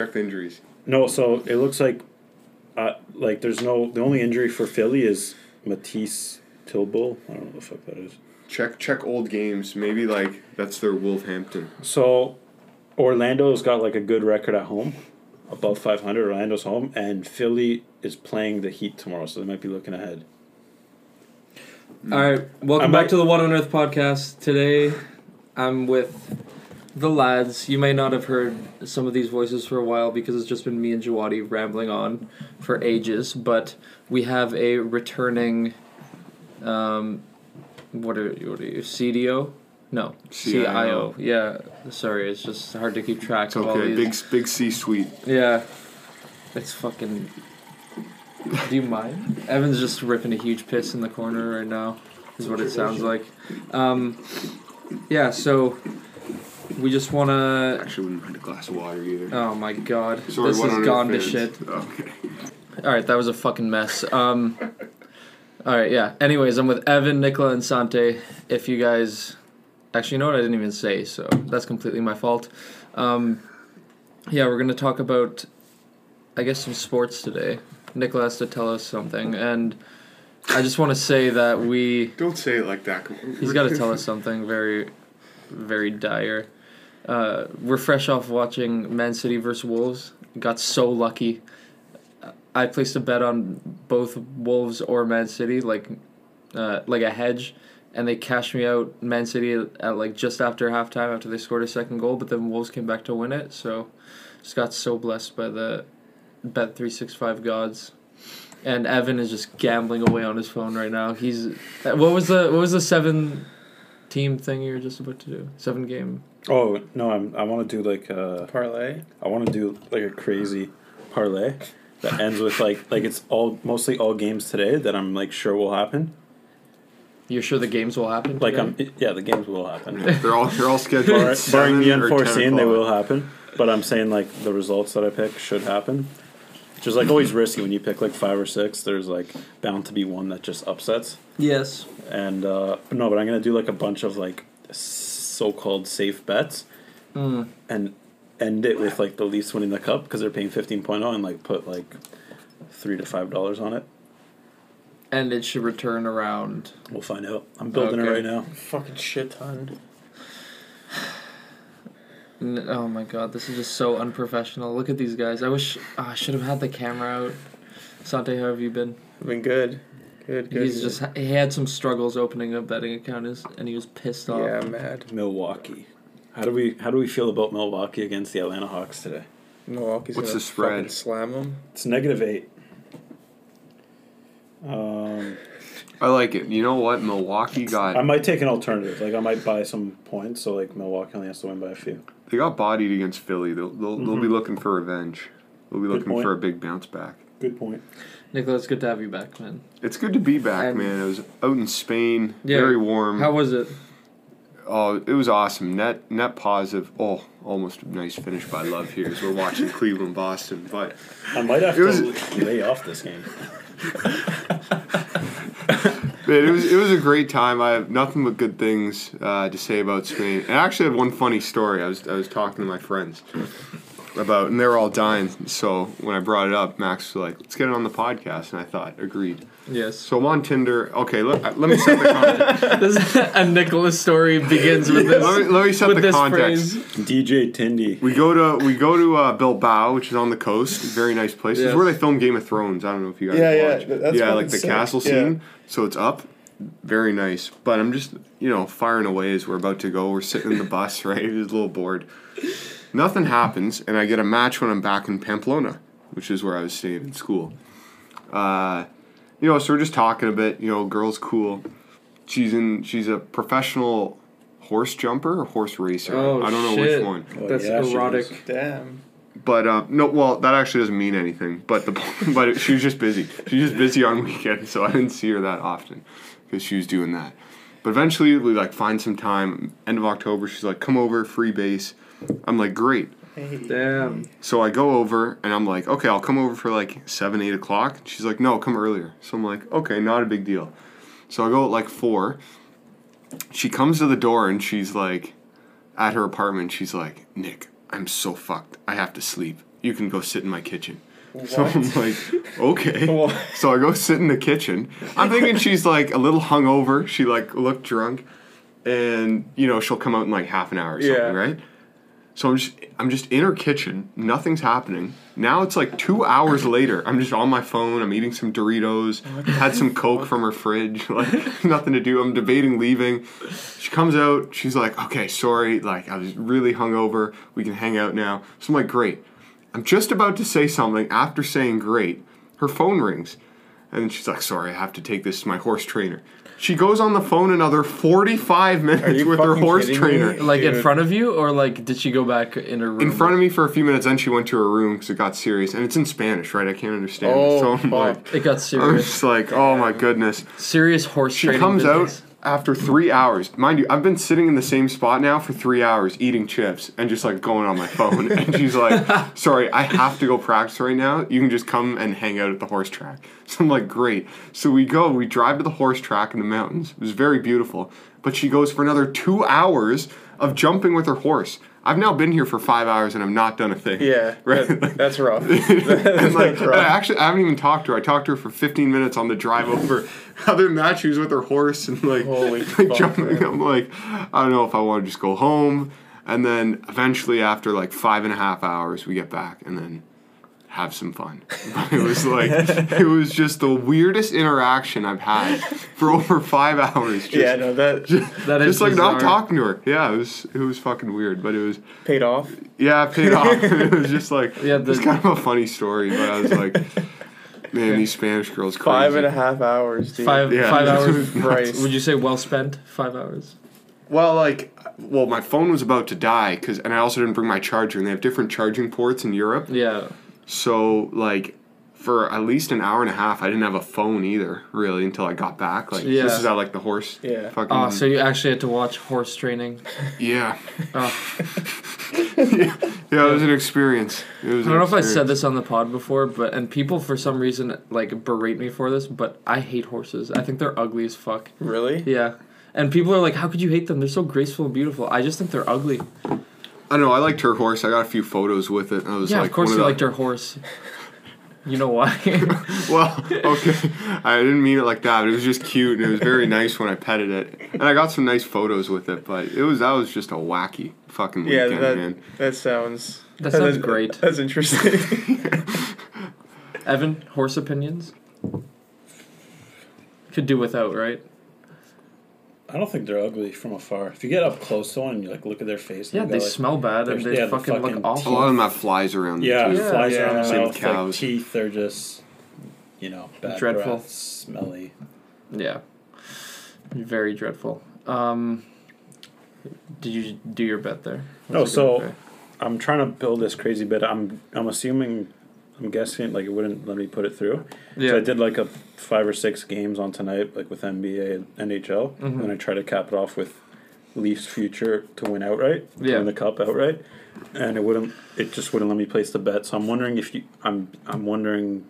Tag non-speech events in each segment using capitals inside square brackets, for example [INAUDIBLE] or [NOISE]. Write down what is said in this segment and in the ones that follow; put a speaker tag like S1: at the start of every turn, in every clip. S1: Check the injuries.
S2: No, so it looks like, uh, like there's no the only injury for Philly is Matisse Tilbull. I don't know what the fuck that is.
S1: Check check old games. Maybe like that's their Wolverhampton.
S2: So Orlando's got like a good record at home, above 500. Orlando's home, and Philly is playing the Heat tomorrow, so they might be looking ahead.
S3: All right, welcome
S2: I'm
S3: back
S2: like-
S3: to the What on Earth podcast. Today, I'm with the lads. You may not have heard some of these voices for a while because it's just been me and Jawadi rambling on for ages. But we have a returning, um, what are what are you CDO? No,
S1: CIO.
S3: CIO. Yeah, sorry, it's just hard to keep track
S1: It's
S3: of all
S1: okay.
S3: these.
S1: Big big C suite.
S3: Yeah. It's fucking. Do you mind? Evan's just ripping a huge piss in the corner right now, is what it sounds like. Um, yeah, so we just want to.
S1: Actually, wouldn't mind a glass of water either.
S3: Oh my god.
S1: Sorry,
S3: this
S1: what
S3: has
S1: on
S3: gone to
S1: earth
S3: shit.
S1: fans? Okay.
S3: Alright, that was a fucking mess. Um, Alright, yeah. Anyways, I'm with Evan, Nicola, and Sante. If you guys. Actually, you know what? I didn't even say, so that's completely my fault. Um, yeah, we're going to talk about, I guess, some sports today. Nicola has to tell us something, and I just want to say that we.
S1: Don't say it like that. Come on. [LAUGHS]
S3: He's got to tell us something very, very dire. Uh, we're fresh off watching Man City versus Wolves. Got so lucky. I placed a bet on both Wolves or Man City, like, uh, like a hedge, and they cashed me out. Man City at like just after halftime, after they scored a second goal, but then Wolves came back to win it. So, just got so blessed by the bet three six five gods. And Evan is just gambling away on his phone right now. He's uh, what was the what was the seven team thing you were just about to do? Seven game.
S2: Oh no, I'm I want to do like uh
S4: parlay.
S2: I want to do like a crazy parlay that ends with like like it's all mostly all games today that I'm like sure will happen.
S3: You're sure the games will happen?
S2: Like um,
S3: today?
S2: I'm yeah, the games will happen.
S1: Yeah, they're all they're all scheduled.
S2: Bar-
S1: at
S2: barring the
S1: 7 or 10
S2: unforeseen, they
S1: o'clock.
S2: will happen. But I'm saying like the results that I pick should happen. Which is like always risky when you pick like five or six. There's like bound to be one that just upsets.
S3: yes.
S2: And uh, no, but I'm gonna do like a bunch of like so-called safe bets
S3: Mm.
S2: and end it with like the Leafs winning the cup because they're paying 15.0 and like put like three to five dollars on it.
S3: And it should return around.
S2: We'll find out. I'm building
S3: Okay.
S2: it right now.
S4: Fucking shit ton.
S3: N- Oh my god, this is just so unprofessional. Look at these guys. I wish ah, I should have had the camera out. Sante, how have you been?
S4: I've been good. Good, good.
S3: He's
S4: good.
S3: just he had some struggles opening a betting account, is- and he was pissed off.
S4: Yeah, I'm mad.
S2: Milwaukee. How do we how do we feel about Milwaukee against the Atlanta Hawks today?
S4: Milwaukee's
S1: What's
S4: gonna
S1: the spread?
S4: fucking slam them.
S2: It's negative eight. Um,
S1: I like it. You know what? Milwaukee got
S2: I might take an alternative. Like I might buy some points, so like Milwaukee only has to win by a few.
S1: they got bodied against Philly. They'll they'll, they'll be
S3: Mm-hmm.
S1: looking for revenge. They'll be
S2: Good
S1: looking
S2: point.
S1: for a big bounce back.
S2: Good point.
S3: Nicola, it's good to have you back, man.
S1: It's good to be back,
S3: And-
S1: man. It was out in Spain,
S3: Yeah.
S1: very warm.
S3: How was it?
S1: oh, it was awesome. Net net positive. Oh, almost a nice finish by Love here as we're watching [LAUGHS] Cleveland Boston, but
S2: I might have
S1: It was-
S2: to lay off this game.
S1: Man, it was it was a great time. I have nothing but good things uh, to say about Spain. And I actually had one funny story. I was I was talking to my friends about, and they were all dying. So when I brought it up, Max was like, "Let's get it on the podcast," and I thought, "Agreed."
S3: Yes.
S1: So I'm on Tinder. Okay, let, uh, let me [LAUGHS] set the context.
S3: this [LAUGHS] and Nicola's story begins with this.
S1: let me, let me set
S3: with
S1: the
S3: this
S1: context.
S3: phrase.
S2: DJ Tindy.
S1: We go to we go to uh, Bilbao, which is on the coast. Very nice place. It's
S3: Yes.
S1: where they film Game of Thrones. I don't know if you guys
S4: Yeah, yeah,
S1: watch.
S4: th- that's
S1: yeah, like
S4: fucking
S1: the
S4: sick.
S1: castle
S4: Yeah.
S1: scene. So it's up. Very nice. But I'm just you know firing away as we're about to go. We're sitting in the bus, [LAUGHS] right? Just a little bored. Nothing happens, and I get a match when I'm back in Pamplona, which is where I was staying in school. Uh, you know, so we're just talking a bit. You know, girl's cool. She's in. She's a professional horse jumper or horse racer.
S3: Oh,
S1: I don't know
S3: shit.
S1: which one.
S2: Oh,
S3: That's
S2: yeah, she
S3: erotic.
S4: Damn.
S1: But um, no, well, that actually doesn't mean anything. But the [LAUGHS] but it, she was just busy. She was just busy on weekends, so I didn't see her that often because she was doing that. But eventually, we like find some time. End of October, she's like, "Come over, free base." I'm like, "Great."
S3: Damn.
S1: So I go over and I'm like, "Okay, I'll come over for like seven, eight o'clock." She's like, "No, come earlier." So I'm like, "Okay, not a big deal." So I go at like four. She comes to the door and she's like, at her apartment, she's like, Nick, I'm so fucked. I have to sleep. you can go sit in my kitchen. So
S4: What?
S1: I'm like,
S4: [LAUGHS]
S1: okay.
S4: Well,
S1: So I go sit in the kitchen. I'm thinking she's like a little hungover. She like looked drunk, and you know she'll come out in like half an hour or something,
S4: Yeah.
S1: right? So I'm just I'm just in her kitchen. Nothing's happening. Now it's like two hours later. I'm just on my phone. I'm eating some Doritos.
S4: Oh
S1: Had some Coke from her fridge. [LAUGHS] Like nothing to do. I'm debating leaving. She comes out. She's like, okay, sorry. Like I was really hungover. We can hang out now. So I'm like, great. I'm just about to say something after saying great. Her phone rings. And then she's like, sorry, I have to take this to my horse trainer. She goes on the phone another 45 minutes
S4: you
S1: with her
S4: fucking
S1: horse
S4: kidding me?
S1: trainer.
S3: Like in
S4: Dude.
S3: front of you, or like did she go back in her room?
S1: In front of me for a few minutes, then she went to her room because it got serious. And it's in Spanish, right? I can't understand. it.
S4: oh,
S1: so I'm like,
S4: fuck.
S3: It got
S1: I'm [LAUGHS]
S3: serious.
S1: just like, oh my goodness.
S3: serious horse
S1: She
S3: trading.
S1: comes
S3: business.
S1: out after three hours. Mind you, I've been sitting in the same spot now for three hours eating chips and just like going on my phone. and she's like, sorry, I have to go practice right now. You can just come and hang out at the horse track. [LAUGHS] So I'm like, great. So we go, we drive to the horse track in the mountains. It was very beautiful. But she goes for another two hours of jumping with her horse. I've now been here for five hours and I've not done a thing.
S4: Yeah,
S1: [LAUGHS] Right?
S4: that-
S1: [LAUGHS]
S4: that's rough. [LAUGHS]
S1: and
S4: that's
S1: [LAUGHS] like,
S4: [LAUGHS] like,
S1: and I
S4: rough.
S1: actually, I haven't even talked to her. I talked to her for 15 minutes on the drive over. [LAUGHS] Other than that, she was with her horse and like,
S4: Holy
S1: [LAUGHS] like,
S4: fuck,
S1: jumping.
S4: man.
S1: I'm like, I don't know if I want to just go home. And then eventually, after like five and a half hours, we get back and then have some fun. [LAUGHS] But it was
S4: [LAUGHS]
S1: like, it was just the weirdest interaction I've had for over five hours. Just,
S4: Yeah, no, that
S3: That is
S1: just like not
S3: bizarre.
S1: talking to her. Yeah, it was it was fucking weird, but it was [LAUGHS]
S4: paid off.
S1: yeah, it paid off. [LAUGHS] it was just like
S3: Yeah, the-
S1: it's kind of a funny story, but I was
S3: [LAUGHS]
S1: like, man, these Spanish girls crazy.
S4: Five and a half hours, dude.
S3: Five five
S1: [LAUGHS]
S3: hours.
S4: [LAUGHS]
S3: [LAUGHS]
S4: Christ.
S3: Would you say well spent? Five hours.
S1: Well, like, well, my phone was about to die because, and I also didn't bring my charger, and they have different charging ports in Europe.
S3: Yeah.
S1: So like, for at least an hour and a half, I didn't have a phone either, really, until I got back. Like,
S3: Yeah.
S1: this is at like the horse.
S4: Yeah.
S1: Fucking.
S3: Ah, so you actually had to watch horse training.
S1: yeah.
S3: Oh.
S1: Yeah, it was an experience. It was. [LAUGHS]
S3: I don't know if I said this on the pod before, but and people for some reason like berate me for this, but I hate horses. I think they're ugly as fuck.
S4: Really?
S3: Yeah. And people are like, "How could you hate them? They're so graceful and beautiful." I just think they're ugly.
S1: I know. I liked her horse. I got a few photos with it. and I was
S3: yeah,
S1: like,
S3: of course
S1: one
S3: you
S1: the-
S3: liked your horse. You know why? [LAUGHS]
S1: Well, okay. I didn't mean it like that. But it was just cute and it was very nice when I petted it. And I got some nice photos with it, but it was that was just a wacky fucking
S4: Yeah,
S1: weekend,
S4: that,
S1: man.
S4: that sounds.
S3: That sounds great.
S4: That's interesting.
S1: [LAUGHS]
S3: Evan, horse opinions? Could do without, right?
S2: I don't think they're ugly from afar. If you get up close to one and you like look at their face,
S3: Yeah,
S2: and
S3: they
S2: got, like,
S3: smell bad and
S2: there's-
S3: they
S2: yeah, the
S3: fucking,
S2: fucking
S3: look
S1: A
S3: awful.
S1: lot of them have flies around
S2: Yeah,
S1: them too.
S3: Yeah.
S2: flies
S4: Yeah.
S2: around the
S1: Same with
S2: mouth. Like
S1: cows.
S2: teeth are just, you know, bad
S3: Dreadful.
S2: breath, smelly.
S3: Yeah. Very dreadful. Um, did you do your bet there? What's
S2: Oh,
S3: it
S2: so-
S3: gonna
S2: I'm trying to build this crazy bit. I'm I'm assuming, I'm guessing like it wouldn't let me put it through.
S3: be?
S2: So I
S3: Yeah.
S2: did like a five or six games on tonight, like with NBA and NHL,
S3: Mhm.
S2: and I tried to cap it off with Leafs future to win outright, to
S3: Yeah.
S2: win the cup outright, and it wouldn't. It just wouldn't let me place the bet. So I'm wondering if you, I'm I'm wondering,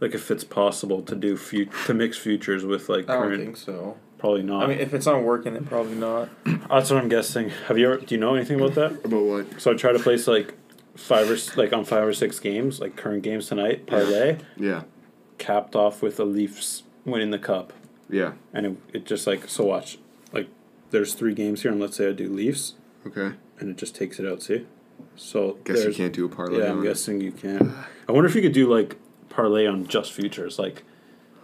S2: like if it's possible to do fut- to mix futures with like
S4: I don't
S2: current.
S4: think so.
S2: Probably not.
S4: I mean, if it's not working, then probably not.
S2: That's what I'm guessing. Have you ever? Do you know anything about that?
S1: About what?
S2: So I try to place like five or s- like on five or six games, like current games tonight, parlay,
S1: Yeah.
S2: capped off with the Leafs winning the cup,
S1: Yeah.
S2: and it, it just like so watch like there's three games here, and let's say I do Leafs,
S1: Okay.
S2: and it just takes it out. See, so
S1: Guess you
S2: there's-
S1: can't do a parlay.
S2: Yeah,
S1: on
S2: I'm
S1: it.
S2: guessing you can. I wonder if you could do like parlay on just futures, like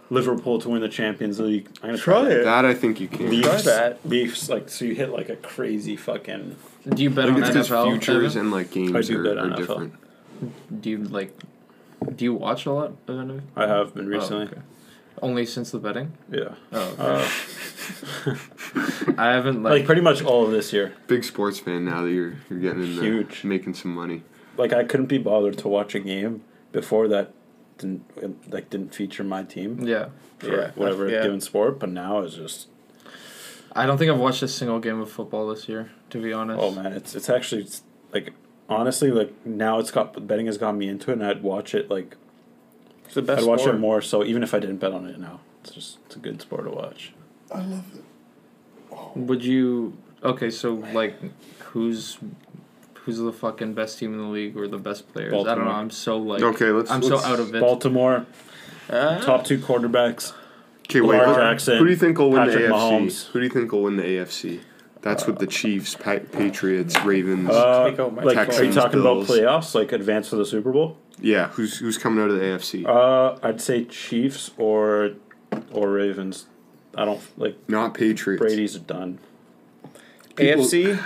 S2: Liverpool to win the Champions League. I'm gonna
S4: Try it.
S1: That I think you can.
S2: Leafs,
S4: Try that.
S2: Leafs, like so you hit like a crazy fucking.
S3: Do you bet
S1: I
S3: on
S1: think it's
S3: NFL?
S1: because futures
S3: Evan?
S1: and like
S2: I
S1: games
S2: do bet
S1: are,
S2: on
S1: are
S2: NFL.
S1: different.
S3: Do you like? Do you watch a lot of NFL?
S2: I have been
S3: Oh,
S2: recently.
S3: okay. Only since the betting.
S2: Yeah.
S3: Oh, okay.
S2: Uh,
S3: I haven't
S2: like
S3: like.
S2: pretty much all of this year.
S1: Big sports fan now that you're you're getting in there,
S2: Huge.
S1: making some money.
S2: Like I couldn't be bothered to watch a game before that didn't it, like didn't feature my team
S3: yeah,
S2: for
S4: Yeah,
S2: whatever
S4: yeah.
S2: given sport, but now it's just
S3: I don't think I've watched a single game of football this year. To be honest.
S2: oh man, it's it's actually it's, like honestly like now it's got betting has gotten me into it and I'd watch it like
S4: It's the best.
S2: I'd watch
S4: sport.
S2: it more so even if I didn't bet on it now. It's just it's a good sport to watch.
S3: Would you? Okay, so like, who's who's the fucking best team in the league or the best players. I don't
S2: Baltimore.
S3: know. I'm so like
S1: okay, let's.
S3: I'm so
S1: let's,
S3: out of it.
S2: Baltimore,
S4: Ah.
S2: top two quarterbacks.
S1: Okay, wait.
S2: Lamar
S1: let-
S2: Jackson,
S1: who do you think will win
S2: Patrick
S1: the AFC?
S2: Mahomes.
S1: Who do you think will win the AFC? That's with the Chiefs, pa- Patriots, Ravens.
S2: Uh,
S4: Take out my
S2: like, are you
S1: Texans,
S2: talking
S1: Bills.
S2: about playoffs? Like advance for the Super Bowl?
S1: yeah, who's who's coming out of the AFC?
S2: Uh, I'd say Chiefs or or Ravens. I don't like
S1: Not Patriots.
S2: Brady's done.
S1: People-
S4: AFC.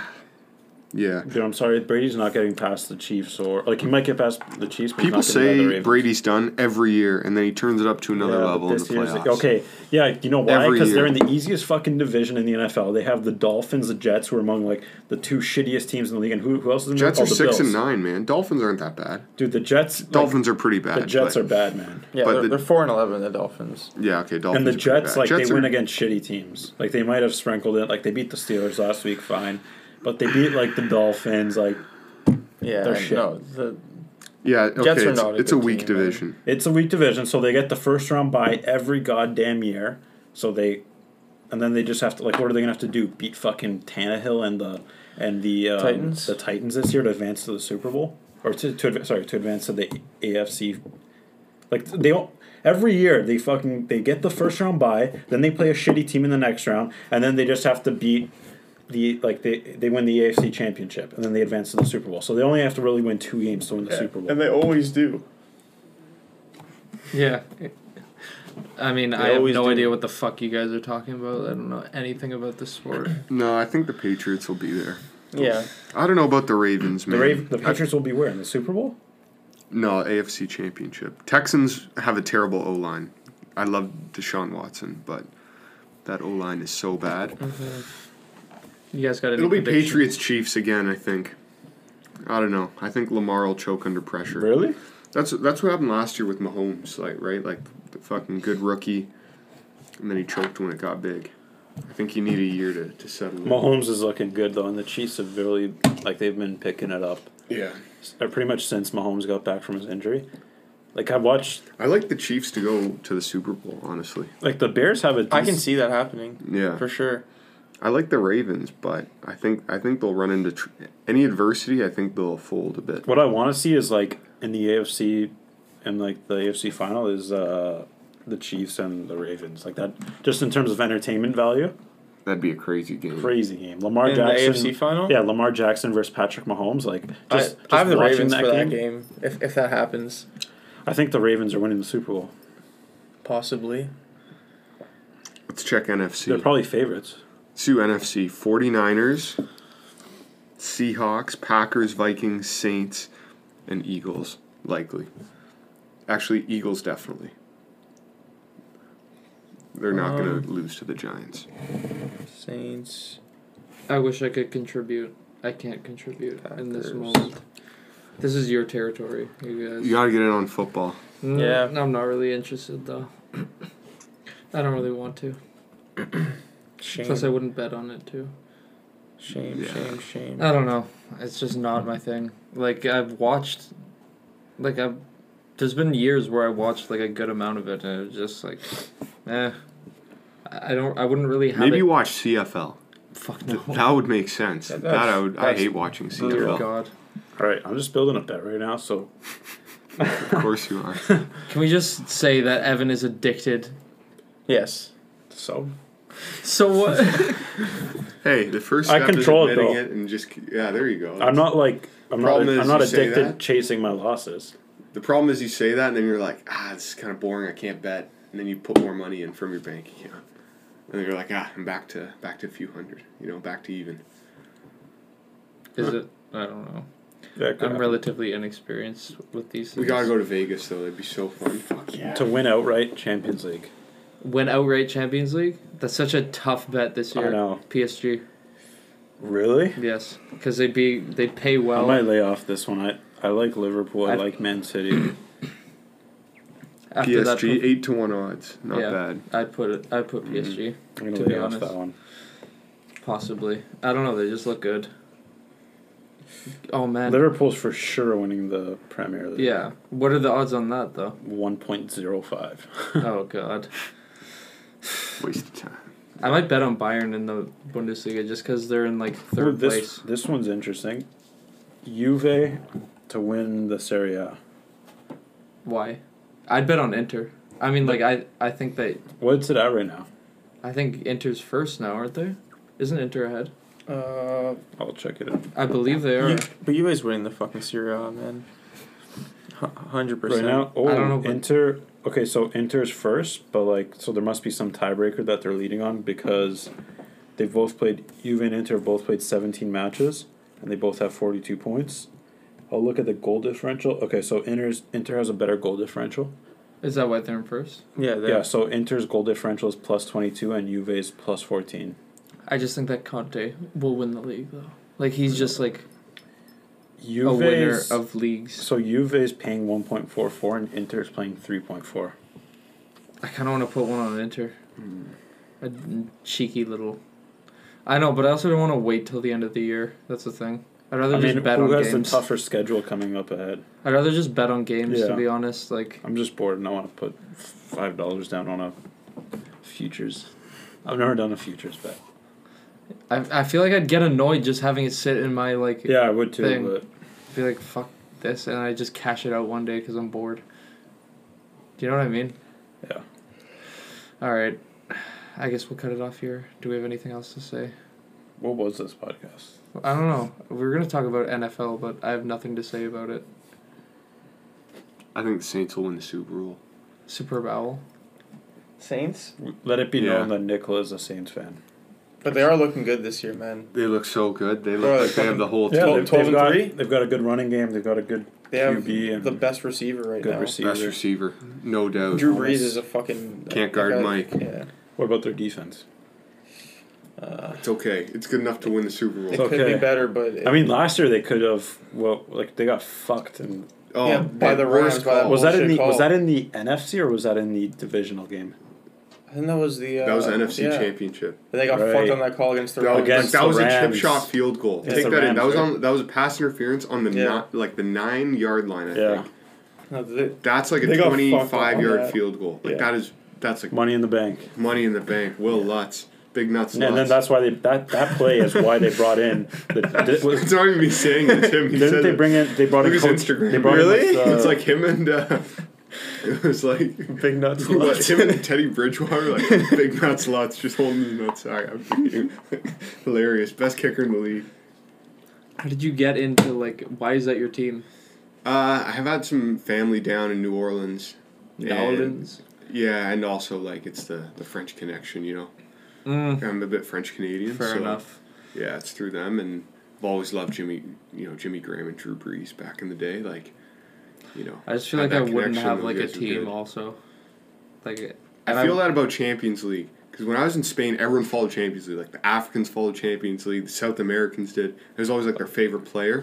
S1: Yeah.
S2: Dude, I'm sorry, Brady's not getting past the Chiefs or like he might get past the Chiefs. But he's
S1: People
S2: not getting by
S1: say
S2: the Ravens.
S1: Brady's done every year, and then he turns it up to
S2: Yeah,
S1: another
S2: but
S1: level in the
S2: this year's-
S1: playoffs.
S2: Okay, yeah, you know why?
S1: Every
S2: Because they're
S1: year.
S2: in the easiest fucking division in the NFL. They have the Dolphins, the Jets, who are among like the two shittiest teams in the league, and who, who else is in
S1: Jets
S2: there?
S1: are
S2: Oh, the
S1: six and
S2: Bills.
S1: nine, man. Dolphins aren't that bad.
S2: Dude, the Jets, like,
S1: Dolphins are pretty
S2: the
S1: bad.
S2: Jets
S1: but-
S2: are bad, man.
S4: Yeah,
S1: But
S4: they're,
S1: the-
S4: they're four and eleven. The Dolphins.
S1: Yeah, okay. Dolphins
S2: And the
S1: are pretty
S2: Jets,
S1: bad.
S2: like
S1: Jets
S2: they win
S1: are-
S2: against shitty teams. Like they might have sprinkled it. Like they beat the Steelers last week, fine, but they beat like the Dolphins. Like
S4: Yeah,
S2: They're
S4: I
S2: shit.
S4: know. The-
S1: Yeah, okay.
S4: Jets are
S1: it's
S4: not a
S1: it's a
S4: good
S1: weak
S4: team, man.
S1: division.
S2: it's a weak division, so they get the first round bye every goddamn year. So they, and then they just have to like, what are they gonna have to do? Beat fucking Tannehill and the and the um,
S4: Titans?
S2: the Titans this year to advance to the Super Bowl or to, to adva- sorry to advance to the AFC. Like they don't. Every year they fucking they get the first round bye, then they play a shitty team in the next round, and then they just have to beat the like they they win the AFC championship and then they advance to the Super Bowl. So they only have to really win two games to win the Super Bowl.
S4: And they always do.
S3: [LAUGHS] Yeah. I mean,
S4: They
S3: I have
S4: always
S3: no
S4: do.
S3: idea what the fuck you guys are talking about. I don't know anything about this sport.
S1: No, I think the Patriots will be there.
S4: Yeah.
S1: I don't know about the Ravens,
S2: The
S1: man.
S2: Raven, the
S1: I-
S2: Patriots will be where in the Super Bowl?
S1: No, AFC Championship. Texans have a terrible O line. I love Deshaun Watson, but that O line is so bad.
S3: You guys got any
S1: It'll be
S3: predictions?
S1: Patriots Chiefs again, I think. I don't know. I think Lamar will choke under pressure.
S2: Really?
S1: That's that's what happened last year with Mahomes, like right, like the fucking good rookie, and then he choked when it got big. I think you need a year to, to settle. in.
S2: Mahomes is looking good though, and the Chiefs have really like they've been picking it up.
S1: Yeah,
S2: s- uh, Pretty much since Mahomes got back from his injury. Like I've watched,
S1: I like the Chiefs to go to the Super Bowl. Honestly,
S2: like the Bears have a.
S4: I can
S2: dec-
S4: see that happening
S1: yeah,
S4: for sure.
S1: I like the Ravens, but I think I think they'll run into tr- any adversity. I think they'll fold a bit.
S2: What I want to see is like in the AFC, and like the AFC final is uh the Chiefs and the Ravens. Like that, just in terms of entertainment value,
S1: That'd be a crazy game.
S2: crazy game. Lamar
S4: In the
S2: Jackson.
S4: AFC final?
S2: Yeah, Lamar Jackson versus Patrick Mahomes. Like
S4: I,
S2: just, just
S4: I have the
S2: watching
S4: Ravens
S2: that
S4: for
S2: game,
S4: that game. If if that happens,
S2: I think the Ravens are winning the Super Bowl.
S4: possibly.
S1: Let's check
S2: They're
S1: NFC.
S2: probably favorites.
S1: Sue NFC 49ers, Seahawks, Packers, Vikings, Saints, and Eagles likely. Actually, Eagles definitely. They're not going to lose to the Giants.
S4: Saints.
S3: I wish I could contribute. I can't contribute in this
S4: Packers.
S3: moment. This is your territory, you guys.
S1: You got to get in on football.
S3: Mm,
S4: Yeah.
S3: I'm not really interested though. [CLEARS THROAT] I don't really want to.
S4: Shame.
S3: Plus, I wouldn't bet on it too.
S4: Shame.
S1: Yeah.
S4: Shame. Shame.
S3: I don't know. It's just not my thing. Like I've watched, like I've. There's been years where I watched like a good amount of it, and it was just like, eh. I I don't. I wouldn't really have
S1: Maybe
S3: it.
S1: watch CFL.
S3: Fuck
S1: Th- [LAUGHS]
S3: no.
S1: that would make sense.
S4: That-
S1: That I would. I
S4: that's-
S1: hate watching
S3: Dear
S1: CFL.
S3: God.
S2: All right, I'm just building a bet right now. So
S1: Of course you are.
S3: Can we just say that Evan is addicted? [LAUGHS]
S4: Yes.
S2: so
S3: So what?
S1: Hey, the first
S2: I
S1: step
S2: control
S1: is
S2: it,
S1: admitting
S2: though.
S1: it, and just yeah, there you go.
S2: I'm not like I'm not
S1: Problem is
S2: I'm not
S1: you say
S2: addicted
S1: that.
S2: chasing my losses.
S1: The problem is you say that and then you're like, ah, this is kind of boring. I can't bet. And then you put more money in from your bank account, and then you're like, ah, I'm back to back to a few hundred. You know, back to even.
S3: is it? I don't know.
S2: Yeah,
S3: I'm relatively inexperienced with these things.
S1: We gotta go to Vegas though. That'd be so fun. Fuck yeah.
S2: to win outright Champions League.
S3: Win outright Champions League? That's such a tough bet this year.
S2: I know.
S3: PSG,
S2: Really?
S3: yes, because they'd be they'd pay
S2: I
S3: well.
S2: might lay off this one. I I like Liverpool. I,
S3: I-
S2: like Man
S3: [CLEARS THROAT]
S2: City.
S3: After that,
S1: PSG eight to one odds. Not
S3: Yeah.
S1: bad.
S3: I put it. I put
S2: I'm
S3: PSG
S2: gonna
S3: To be
S2: lay off
S3: honest.
S2: that one.
S3: possibly. I don't know. They just look good. Oh man.
S2: Liverpool's for sure winning the Premier League.
S3: yeah. What are the odds on
S2: [LAUGHS]
S3: that though?
S2: One point zero five.
S3: oh god.
S1: Waste of time.
S3: I might bet on Bayern in the Bundesliga just because they're in like third
S2: this
S3: place.
S2: this one's interesting. Juve to win the Serie A.
S3: Why? I'd bet on Inter. I mean, like I, I think they,
S2: What's it at right now?
S3: I think Inter's first now, aren't they? Isn't Inter ahead?
S4: Uh,
S2: I'll check it out.
S3: I believe they are.
S4: you, but you guys winning the fucking Serie A, man. Hundred
S2: Right
S4: percent.
S2: now, oh,
S3: I don't know, but-
S2: Inter. Okay, so Inter's first, but like, so there must be some tiebreaker that they're leading on because they've both played. Juve and Inter both played seventeen matches, and they both have forty-two points. I'll look at the goal differential. Okay, so Inter's Inter has a better goal differential.
S3: Is that why they're in first?
S4: Yeah, that,
S2: Yeah, so Inter's goal differential is plus twenty-two, and Juve's plus fourteen.
S3: I just think that Conte will win the league though. Like he's just like a winner
S2: Juve's
S3: of leagues.
S2: so Juve's paying one point four four, and Inter's playing three point four.
S3: I kind of want to put one on Inter. A cheeky little. I know, but I also don't want to wait till the end of the year. That's the thing. I'd rather
S2: I
S3: just
S2: mean,
S3: bet
S2: who
S3: on
S2: has
S3: games.
S2: the tougher schedule coming up ahead?
S3: I'd rather just bet on games
S2: Yeah.
S3: to be honest. Like
S2: I'm just bored and I want to put five dollars down on a futures. I've never done a futures bet.
S3: I, I feel like I'd get annoyed just having it sit in my like.
S2: Yeah, I would too,
S3: Thing.
S2: but
S3: Be like fuck this, and I just cash it out one day because I'm bored. Do you know what I mean?
S2: Yeah.
S3: All right. I guess we'll cut it off here. Do we have anything else to say?
S2: what was this podcast?
S3: I don't know. We were gonna talk about NFL, but I have nothing to say about it.
S1: I think the Saints will win the Super Bowl.
S3: Superb Owl.
S4: Saints,
S2: Let it be
S1: Yeah.
S2: known that Nicola is a Saints fan.
S4: but they are looking good this year, man.
S1: They look so good. They
S4: Bro,
S1: look like they have the whole
S2: Yeah,
S1: team.
S4: Twelve-
S2: they've,
S4: they've- 12 they've and
S2: got
S4: got- three?
S2: they've got a good running game. They've got a good
S4: They have
S2: QB and
S4: the best receiver right
S2: good
S4: now.
S2: receiver.
S1: Best receiver, no doubt.
S4: Drew Brees is a fucking
S1: Can't guard
S4: that guy-
S1: Mike.
S4: Yeah.
S2: What about their defense?
S4: Uh,
S1: It's okay. It's good enough to win the Super
S4: it
S1: Bowl.
S2: So-
S4: could
S2: okay.
S4: be better, but it,
S2: I mean, last year they could have well, like they got fucked. And
S1: Oh,
S4: Yeah, by the
S1: worst
S4: Rams, by the
S1: call.
S2: was that in
S4: bullshit
S2: the was
S4: call.
S2: that in the NFC or was that in the divisional game?
S4: I think that was the uh,
S1: That was the NFC
S4: yeah.
S1: Championship.
S4: They got
S2: Right.
S4: fucked on that call against the
S1: That was,
S4: Rams.
S2: Against
S1: like, that
S2: the
S1: was a chip
S2: Rams.
S1: shot field goal.
S2: Against
S1: Take
S2: the
S1: that in. That
S2: Rams,
S1: was on. That was a pass interference on the
S4: Yeah.
S1: ni- like the nine yard line. I
S2: Yeah.
S1: think
S4: No, they-
S1: that's like a
S4: They got fucked
S1: twenty
S4: up on
S1: five yard
S4: that.
S1: field goal. Like
S2: Yeah.
S1: that is that's like
S2: Money in the bank.
S1: money in the bank. Will Lutz, big nuts.
S2: And then
S1: Lutz.
S2: that's why they that, that play is why they brought in
S1: [LAUGHS]
S2: the. di- was-
S1: it's not even me saying it. [LAUGHS]
S2: [LAUGHS]
S1: Tim. He
S2: Didn't
S1: said
S2: they
S1: it.
S2: bring in? They brought
S1: Look
S2: in
S1: his
S2: Coach.
S1: Instagram.
S2: They brought
S4: Really?
S2: In, uh,
S1: [LAUGHS] it's like him and uh, [LAUGHS] it was like
S2: [LAUGHS]
S4: Big nuts.
S1: [LAUGHS] what, him and Teddy Bridgewater like big nuts Lutz just holding his nuts. Sorry, I'm kidding. [LAUGHS] hilarious. Best kicker in the league.
S3: How did you get into like? Why is that your team?
S1: Uh, I have had some family down in New Orleans.
S3: New
S1: and-
S3: Orleans.
S1: Yeah, and also like it's the the French connection. You know,
S3: Mm,
S1: I'm a bit French Canadian.
S3: fair
S1: so,
S3: enough.
S1: Yeah, it's through them, and I've always loved Jimmy. You know, Jimmy Graham and Drew Brees back in the day. Like, you know,
S3: I just feel
S1: had
S3: like I
S1: that
S3: wouldn't
S1: connection,
S3: have
S1: those
S3: like a
S1: guys were good.
S3: team. Also, like, and
S1: I feel that about Champions League because when I was in Spain, everyone followed Champions League. Like the Africans followed Champions League, the South Americans did. It was always like their favorite player,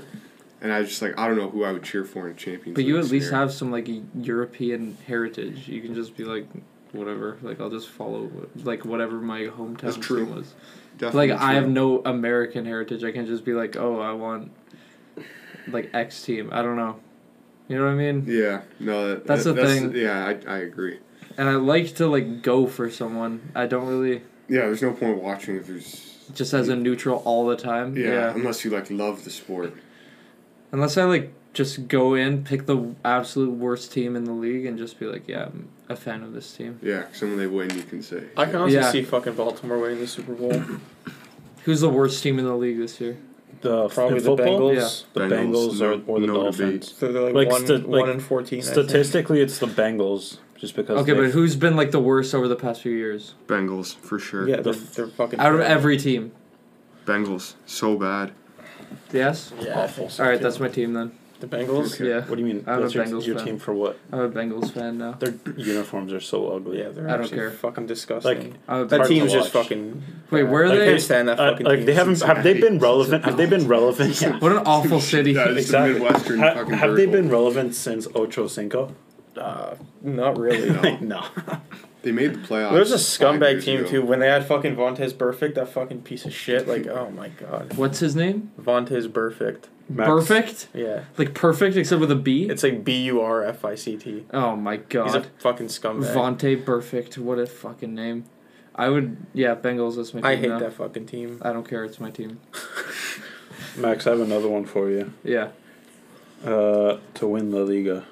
S1: and I was just like, I don't know who I would cheer for in a Champions.
S3: But
S1: League
S3: you at least
S1: scenario.
S3: have some like European heritage. You can just be like, whatever. Like I'll just follow like whatever my hometown
S1: That's true.
S3: team was.
S1: Definitely
S3: Like I have
S1: true.
S3: no American heritage. I can just be like, oh, I want like X team. I don't know. You know what I mean?
S1: Yeah, no, that,
S3: That's
S1: that-
S3: the thing.
S1: Yeah, I, I agree.
S3: And I like to like go for someone. I don't really
S1: Yeah, there's no point watching if there's.
S3: just as a neutral all the time.
S1: Yeah,
S3: yeah.
S1: unless you like love the sport.
S3: Unless I like just go in, pick the absolute worst team in the league, and just be like, yeah, I'm a fan of this team.
S1: Yeah, 'cause then when they win, you can say.
S4: I can honestly
S3: Yeah.
S4: see fucking Baltimore winning the Super Bowl.
S3: Who's the worst team in the league this year?
S2: the
S4: Probably
S2: in
S4: the
S2: football,
S4: Bengals.
S2: The
S1: Bengals,
S2: Bengals,
S1: no-
S2: or, or the
S1: no debate.
S2: Dolphins.
S4: So they're like,
S2: Like
S4: one,
S2: sta- like,
S4: one in fourteen. I think.
S2: Statistically, it's the Bengals, just because.
S3: Okay,
S2: they-
S3: but who's been like the worst over the past few years?
S1: Bengals for sure.
S4: Yeah, they're, they're fucking.
S3: Out of every team.
S1: Bengals so bad.
S3: Yes?
S4: Yeah. Awful.
S3: All right, that's my team then.
S4: the Bengals.
S1: Okay.
S3: Yeah.
S2: What do you mean?
S3: I'm a
S2: That's your,
S3: Bengals
S2: your
S3: fan.
S2: team for what?
S3: I'm a Bengals fan now.
S2: Their uniforms are so ugly.
S4: Yeah, they're
S3: I don't
S4: actually
S3: care.
S4: fucking
S2: Like,
S4: disgusting.
S3: I'm a
S2: That
S4: that
S2: hard
S3: Bengals
S2: team-
S4: team's
S2: to
S4: just
S2: watch.
S4: fucking.
S3: Wait, where are
S4: I
S3: they?
S4: can't stand that
S2: Uh,
S4: fucking
S2: like
S4: team.
S2: they haven't. Have they been relevant? Have they
S1: [LAUGHS]
S2: been relevant?
S3: What an awful city.
S1: Yeah, it's
S2: Exactly.
S1: the Midwestern
S2: Ha-
S1: fucking
S2: have they
S1: burgle.
S2: been relevant since Ocho Cinco?
S4: Uh, not
S2: [LAUGHS]
S4: really.
S1: No.
S2: Like, no.
S1: They made the playoffs.
S4: There's a
S1: five
S4: scumbag
S1: years
S4: team
S1: ago.
S4: too. When they had fucking Vontez Perfect, that fucking piece of shit. Like, oh my god,
S3: What's his name?
S4: Vontez Perfect.
S2: Max-
S3: Perfect?
S4: Yeah,
S3: Like perfect except with a B?
S4: it's like B U R F I C T.
S3: oh my
S4: He's a
S3: god.
S4: fucking scumbag.
S3: Vontae Perfect. What a fucking name. I would, yeah, Bengals, that's my team.
S4: I hate
S3: now.
S4: that fucking team.
S3: I don't care, it's my team.
S2: Max, I have another one for you.
S3: Yeah.
S2: Uh, to win La Liga,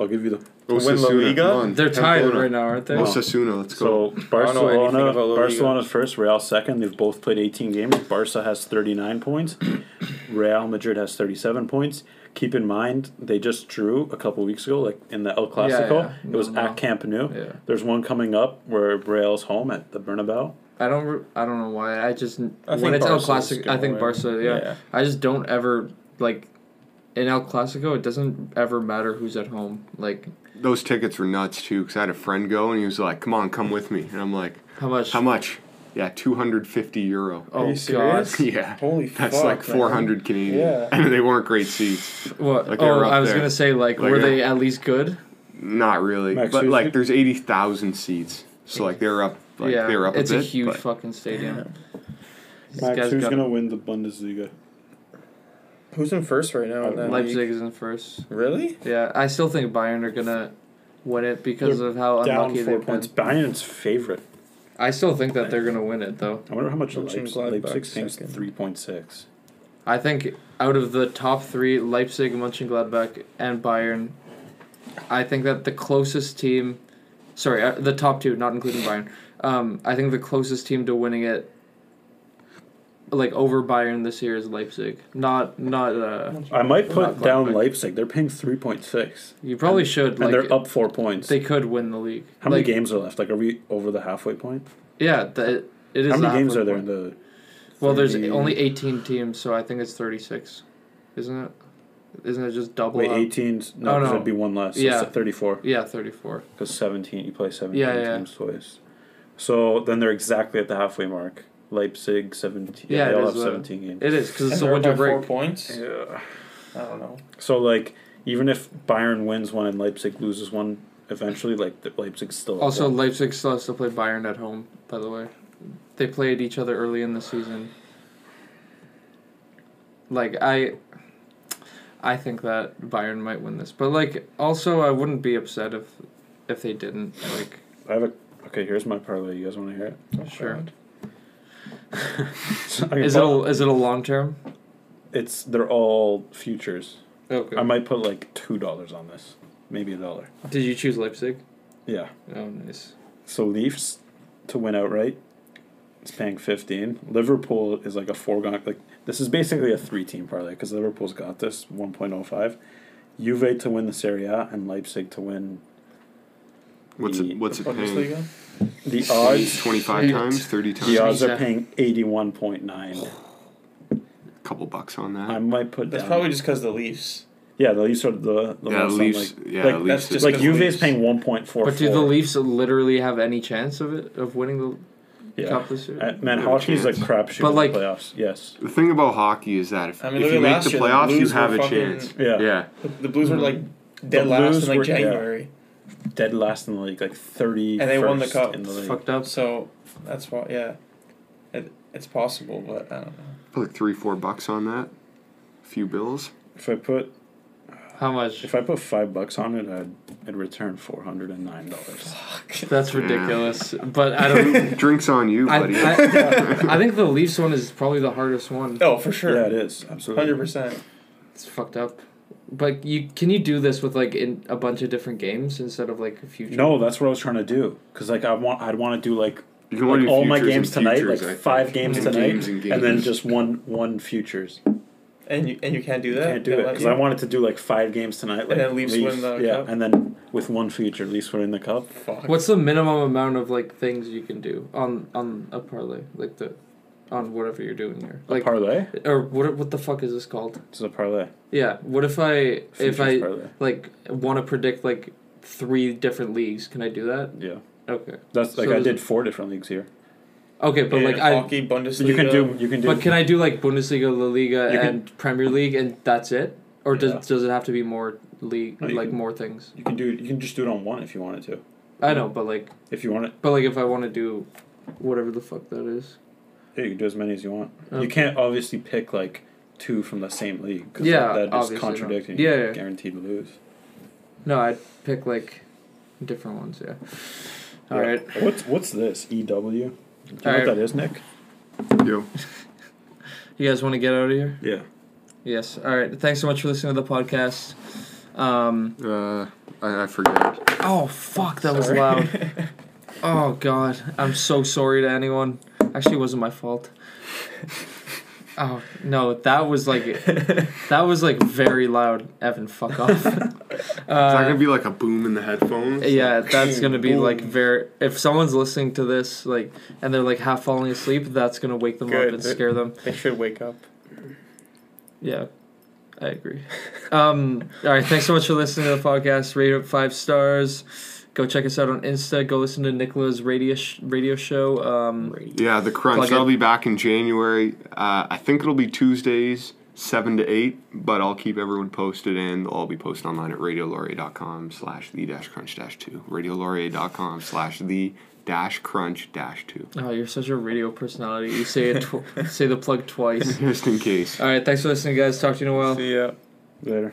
S2: I'll give you the
S4: win La Liga?
S3: They're tied right now, aren't they?
S2: Well,
S1: Osasuna, let's go.
S2: so
S4: don't know anything
S2: Barcelona.
S4: about La Liga.
S2: Barcelona's first, Real second. They've both played 18 games. Barca has 39 points. Real Madrid has 37 points. Keep in mind they just drew a couple weeks ago, like in the El
S3: Yeah, yeah.
S2: Clasico. It was
S3: No, no.
S2: at Camp Nou.
S3: Yeah.
S2: There's one coming up where Real's home at the Bernabeu.
S3: I don't. re- I don't know why. I just
S4: I
S3: when
S4: think
S3: it's El
S4: Barca's
S3: Clasico,
S4: gonna
S3: I think
S4: win.
S3: Barca. Yeah.
S4: Yeah.
S3: I just don't ever like in El Clasico. It doesn't ever matter who's at home. Like
S1: Those tickets were nuts too, because I had a friend go and he was like, "Come on, come with me," and I'm like,
S3: how much?
S1: "How much?" Yeah, two hundred fifty euro.
S3: Oh
S4: you
S3: God!
S1: [LAUGHS]
S4: serious?
S1: Yeah,
S4: Holy
S1: that's
S4: fuck,
S1: like
S4: man.
S1: four hundred Canadian,
S4: Yeah.
S1: and [LAUGHS] they weren't great seats.
S3: What?
S1: Like they
S3: oh,
S1: were up
S3: I was
S1: there.
S3: gonna say like,
S1: Like,
S3: were
S1: yeah.
S3: they at least good?
S1: Not really,
S2: Max,
S1: but
S2: who's-
S1: like there's eighty thousand seats, so like they're up. Like
S3: yeah,
S1: they're up.
S3: it's
S1: a,
S3: a,
S1: bit,
S3: huge
S1: but-
S3: fucking stadium. These
S2: Max,
S3: guys
S2: who's
S3: got-
S2: gonna win the Bundesliga?
S4: Who's in first right now? In that league?
S3: Leipzig is in first.
S4: Really?
S3: Yeah, I still think Bayern are gonna win it because of how
S2: Down four
S3: unlucky they've been.
S2: points. Bayern's favorite.
S3: I still think that they're gonna win it though.
S2: I wonder how much Leipzig,
S4: Mönchengladbach
S2: Leipzig thinks
S4: second.
S2: three point six.
S3: I think out of the top three, Leipzig, Mönchengladbach, and Bayern, I think that the closest team, sorry, uh, the top two, not including Bayern, um, I think the closest team to winning it, like over Bayern this year, is Leipzig. Not not. Uh,
S2: I might
S3: Not
S2: put down
S3: Gladbach.
S2: Leipzig. They're paying three point six,
S3: you probably should.
S2: and
S3: Like,
S2: they're up four points.
S3: They could win the league.
S2: how many
S3: Like,
S2: games are left? Like, are we over the halfway point?
S3: Yeah, the, it is.
S2: How
S3: the
S2: many games
S3: halfway
S2: are there in
S3: point.
S2: the?
S3: Well, there's
S2: 30?
S3: only eighteen teams, so I think it's thirty-six, isn't it? Isn't it just double?
S2: Wait,
S3: up?
S2: 18? No,
S3: Oh,
S2: because
S3: no.
S2: it'd be one less. So
S3: Yeah.
S2: it's thirty-four.
S3: Yeah, thirty-four.
S2: Because seventeen, you play seventeen
S3: Yeah, yeah.
S2: times twice. So then they're exactly at the halfway mark. Leipzig seventeen. Yeah,
S3: Yeah,
S2: they
S3: it
S2: all
S3: is,
S2: have
S3: uh,
S2: seventeen games.
S3: It is because
S4: And
S3: it's a
S4: they're up
S3: winter
S4: by
S3: break.
S4: Four points.
S2: Yeah.
S4: I don't know.
S2: So like, even if Bayern wins one and Leipzig loses one, eventually like the, Leipzig's still up
S3: Also,
S2: there.
S3: Leipzig still has to play Bayern at home. By the way, they played each other early in the season. Like I, I think that Bayern might win this, but like also I wouldn't be upset if, if they didn't. Like
S2: I have a okay. Here's my parlay. You guys want to hear it?
S4: Oh,
S3: sure, [LAUGHS]
S2: So, okay,
S3: is it
S2: but
S3: a, is it a long term?
S2: It's they're all futures.
S4: Oh,
S3: Okay.
S2: I might put like two dollars on this, maybe a dollar.
S3: Did you choose Leipzig?
S2: Yeah.
S3: Oh, nice.
S2: So Leafs to win outright is paying fifteen. Liverpool is like a foregone. Like this is basically a three-team parlay because Liverpool's got this one point oh five. Juve to win the Serie A and Leipzig to win
S1: What's
S2: The-
S1: it? What's it paying?
S4: Bundesliga.
S2: the odds.
S1: Twenty five
S3: Shit.
S1: times, thirty times.
S2: The odds are
S3: Jesus.
S2: paying eighty-one point nine.
S1: couple bucks on that.
S2: I might put
S4: That's
S2: down.
S4: probably just because the Leafs.
S2: yeah. The Leafs are the the
S1: yeah,
S2: most on,
S1: Leafs.
S2: like,
S1: yeah,
S2: like,
S1: Leafs.
S4: that's
S1: is-
S4: just
S2: like
S4: because
S2: Juve is
S4: Leafs-
S2: paying one point four.
S3: But do the Leafs literally have any chance of it of winning the
S2: Yeah.
S3: cup this year?
S2: Uh, man,
S1: No
S2: hockey's like
S1: chance.
S2: crapshoot
S3: But,
S2: in
S3: like-
S2: the playoffs. Yes.
S1: The thing about hockey is that if,
S4: I mean,
S1: if you
S4: literally
S1: make
S4: last
S1: the
S4: year, the
S1: playoffs, you
S4: Blues were
S1: have a
S4: fucking-
S1: chance.
S2: Yeah.
S1: Yeah,
S4: The, the Blues were like dead
S2: The
S4: last
S2: Blues
S4: in like
S2: were- yeah.
S4: January,
S2: Dead last in the league, like thirty.
S4: And they won the cup.
S2: in the league.
S3: Fucked up.
S4: so that's why. Yeah, it, it's possible, but I don't know.
S1: put like three, four bucks on that. A few bills.
S2: If I put
S3: How much?
S2: if I put five bucks on it, I'd I'd return four hundred and nine dollars.
S4: [LAUGHS]
S3: That's
S1: Yeah.
S3: ridiculous. But
S1: [LAUGHS]
S3: I don't. [LAUGHS]
S1: Drinks on you,
S3: I,
S1: buddy.
S3: I, I think the Leafs one is probably the hardest one.
S4: Oh, for sure.
S2: Yeah, it is absolutely.
S4: Hundred percent.
S3: It's fucked up. But you can you do this with like in a bunch of different games instead of like a future?
S2: No, that's what I was trying to do. Cause like I want, I'd want to do like,
S1: you can
S2: like
S1: only do
S2: all my
S1: futures
S2: games
S1: and
S2: tonight,
S1: futures, I
S2: like
S1: think.
S2: five games
S1: And
S2: tonight,
S1: games and
S2: and then
S1: games.
S2: just one one futures.
S4: And you and you can't do that.
S2: Can't do
S4: They'll
S2: it
S4: let
S2: because
S4: you?
S2: I wanted to do like five games tonight. Like,
S4: then Leafs win the
S2: yeah,
S4: cup.
S2: and then with one future, Leafs win the cup.
S4: Fuck.
S3: What's the minimum amount of like things you can do on on a parlay like the, on whatever you're doing here? Like
S2: parlay.
S3: or what what the fuck is this called?
S2: It's a parlay.
S3: Yeah. What if I
S2: Futures
S3: if I
S2: parlay.
S3: like want to predict like three different leagues? Can I do that?
S2: Yeah,
S3: Okay.
S2: that's
S3: So
S2: like I
S3: there's-
S2: did four different leagues here.
S3: Okay, but
S4: Yeah,
S3: like I.
S4: hockey Bundesliga?
S2: So you can do you can do
S3: But can I do like Bundesliga, La Liga,
S2: You can-
S3: and Premier League, and that's it? Or does
S2: Yeah.
S3: does it have to be more league,
S2: No, you
S3: like
S2: can-
S3: more things?
S2: you can do you can just do it on one if you wanted to.
S3: I know, but like,
S2: If you want it,
S3: but like, if I want to do whatever the fuck that is, um,
S2: yeah, you can do as many as you want.
S3: Okay.
S2: You can't obviously pick like two from the same league because
S3: Yeah,
S2: that, that
S3: obviously
S2: is
S3: not.
S2: contradicting.
S3: Yeah,
S2: You're
S3: yeah.
S2: guaranteed to lose.
S3: no, I'd pick like different ones. Yeah. All
S2: Yeah.
S3: right.
S2: What's what's this EW? Do E you know
S3: All right.
S2: what that is, Nick?
S1: Yo,
S3: You guys want to get out of here?
S2: Yeah.
S3: Yes. All right. Thanks so much for listening to the podcast. Um,
S1: Uh, I, I forget.
S3: oh fuck, that was
S2: Sorry.
S3: loud. Oh god, I'm so sorry to anyone. Actually, it wasn't my fault. Oh no, that was like that was like very loud. Evan, fuck
S2: [LAUGHS]
S3: off.
S1: Is that gonna
S3: Uh,
S1: be like a boom in the headphones?
S3: yeah, that's gonna be
S2: Boom.
S3: like very. If someone's listening to this, like, and they're like half falling asleep, that's gonna wake them up
S4: Good.
S3: and scare them.
S4: They should wake up.
S3: Yeah, I agree. um, all right, thanks so much for listening to the podcast. Rate it five stars. Go check us out on Insta. Go listen to Nicola's radio sh- radio show. Um,
S1: Yeah, the crunch.
S3: Plug it.
S1: That'll be back in January. Uh, I think it'll be Tuesdays, seven to eight. But I'll keep everyone posted, and they'll all be posted online at radiolaurier.com slash the dash crunch dash two. Radiolaurier.com slash the dash crunch dash two. [LAUGHS]
S3: oh, you're such a radio personality. You say it tw- [LAUGHS] say the plug twice.
S1: Just in case.
S3: All right, thanks for listening, guys. Talk to you in a while.
S4: See ya.
S2: Later.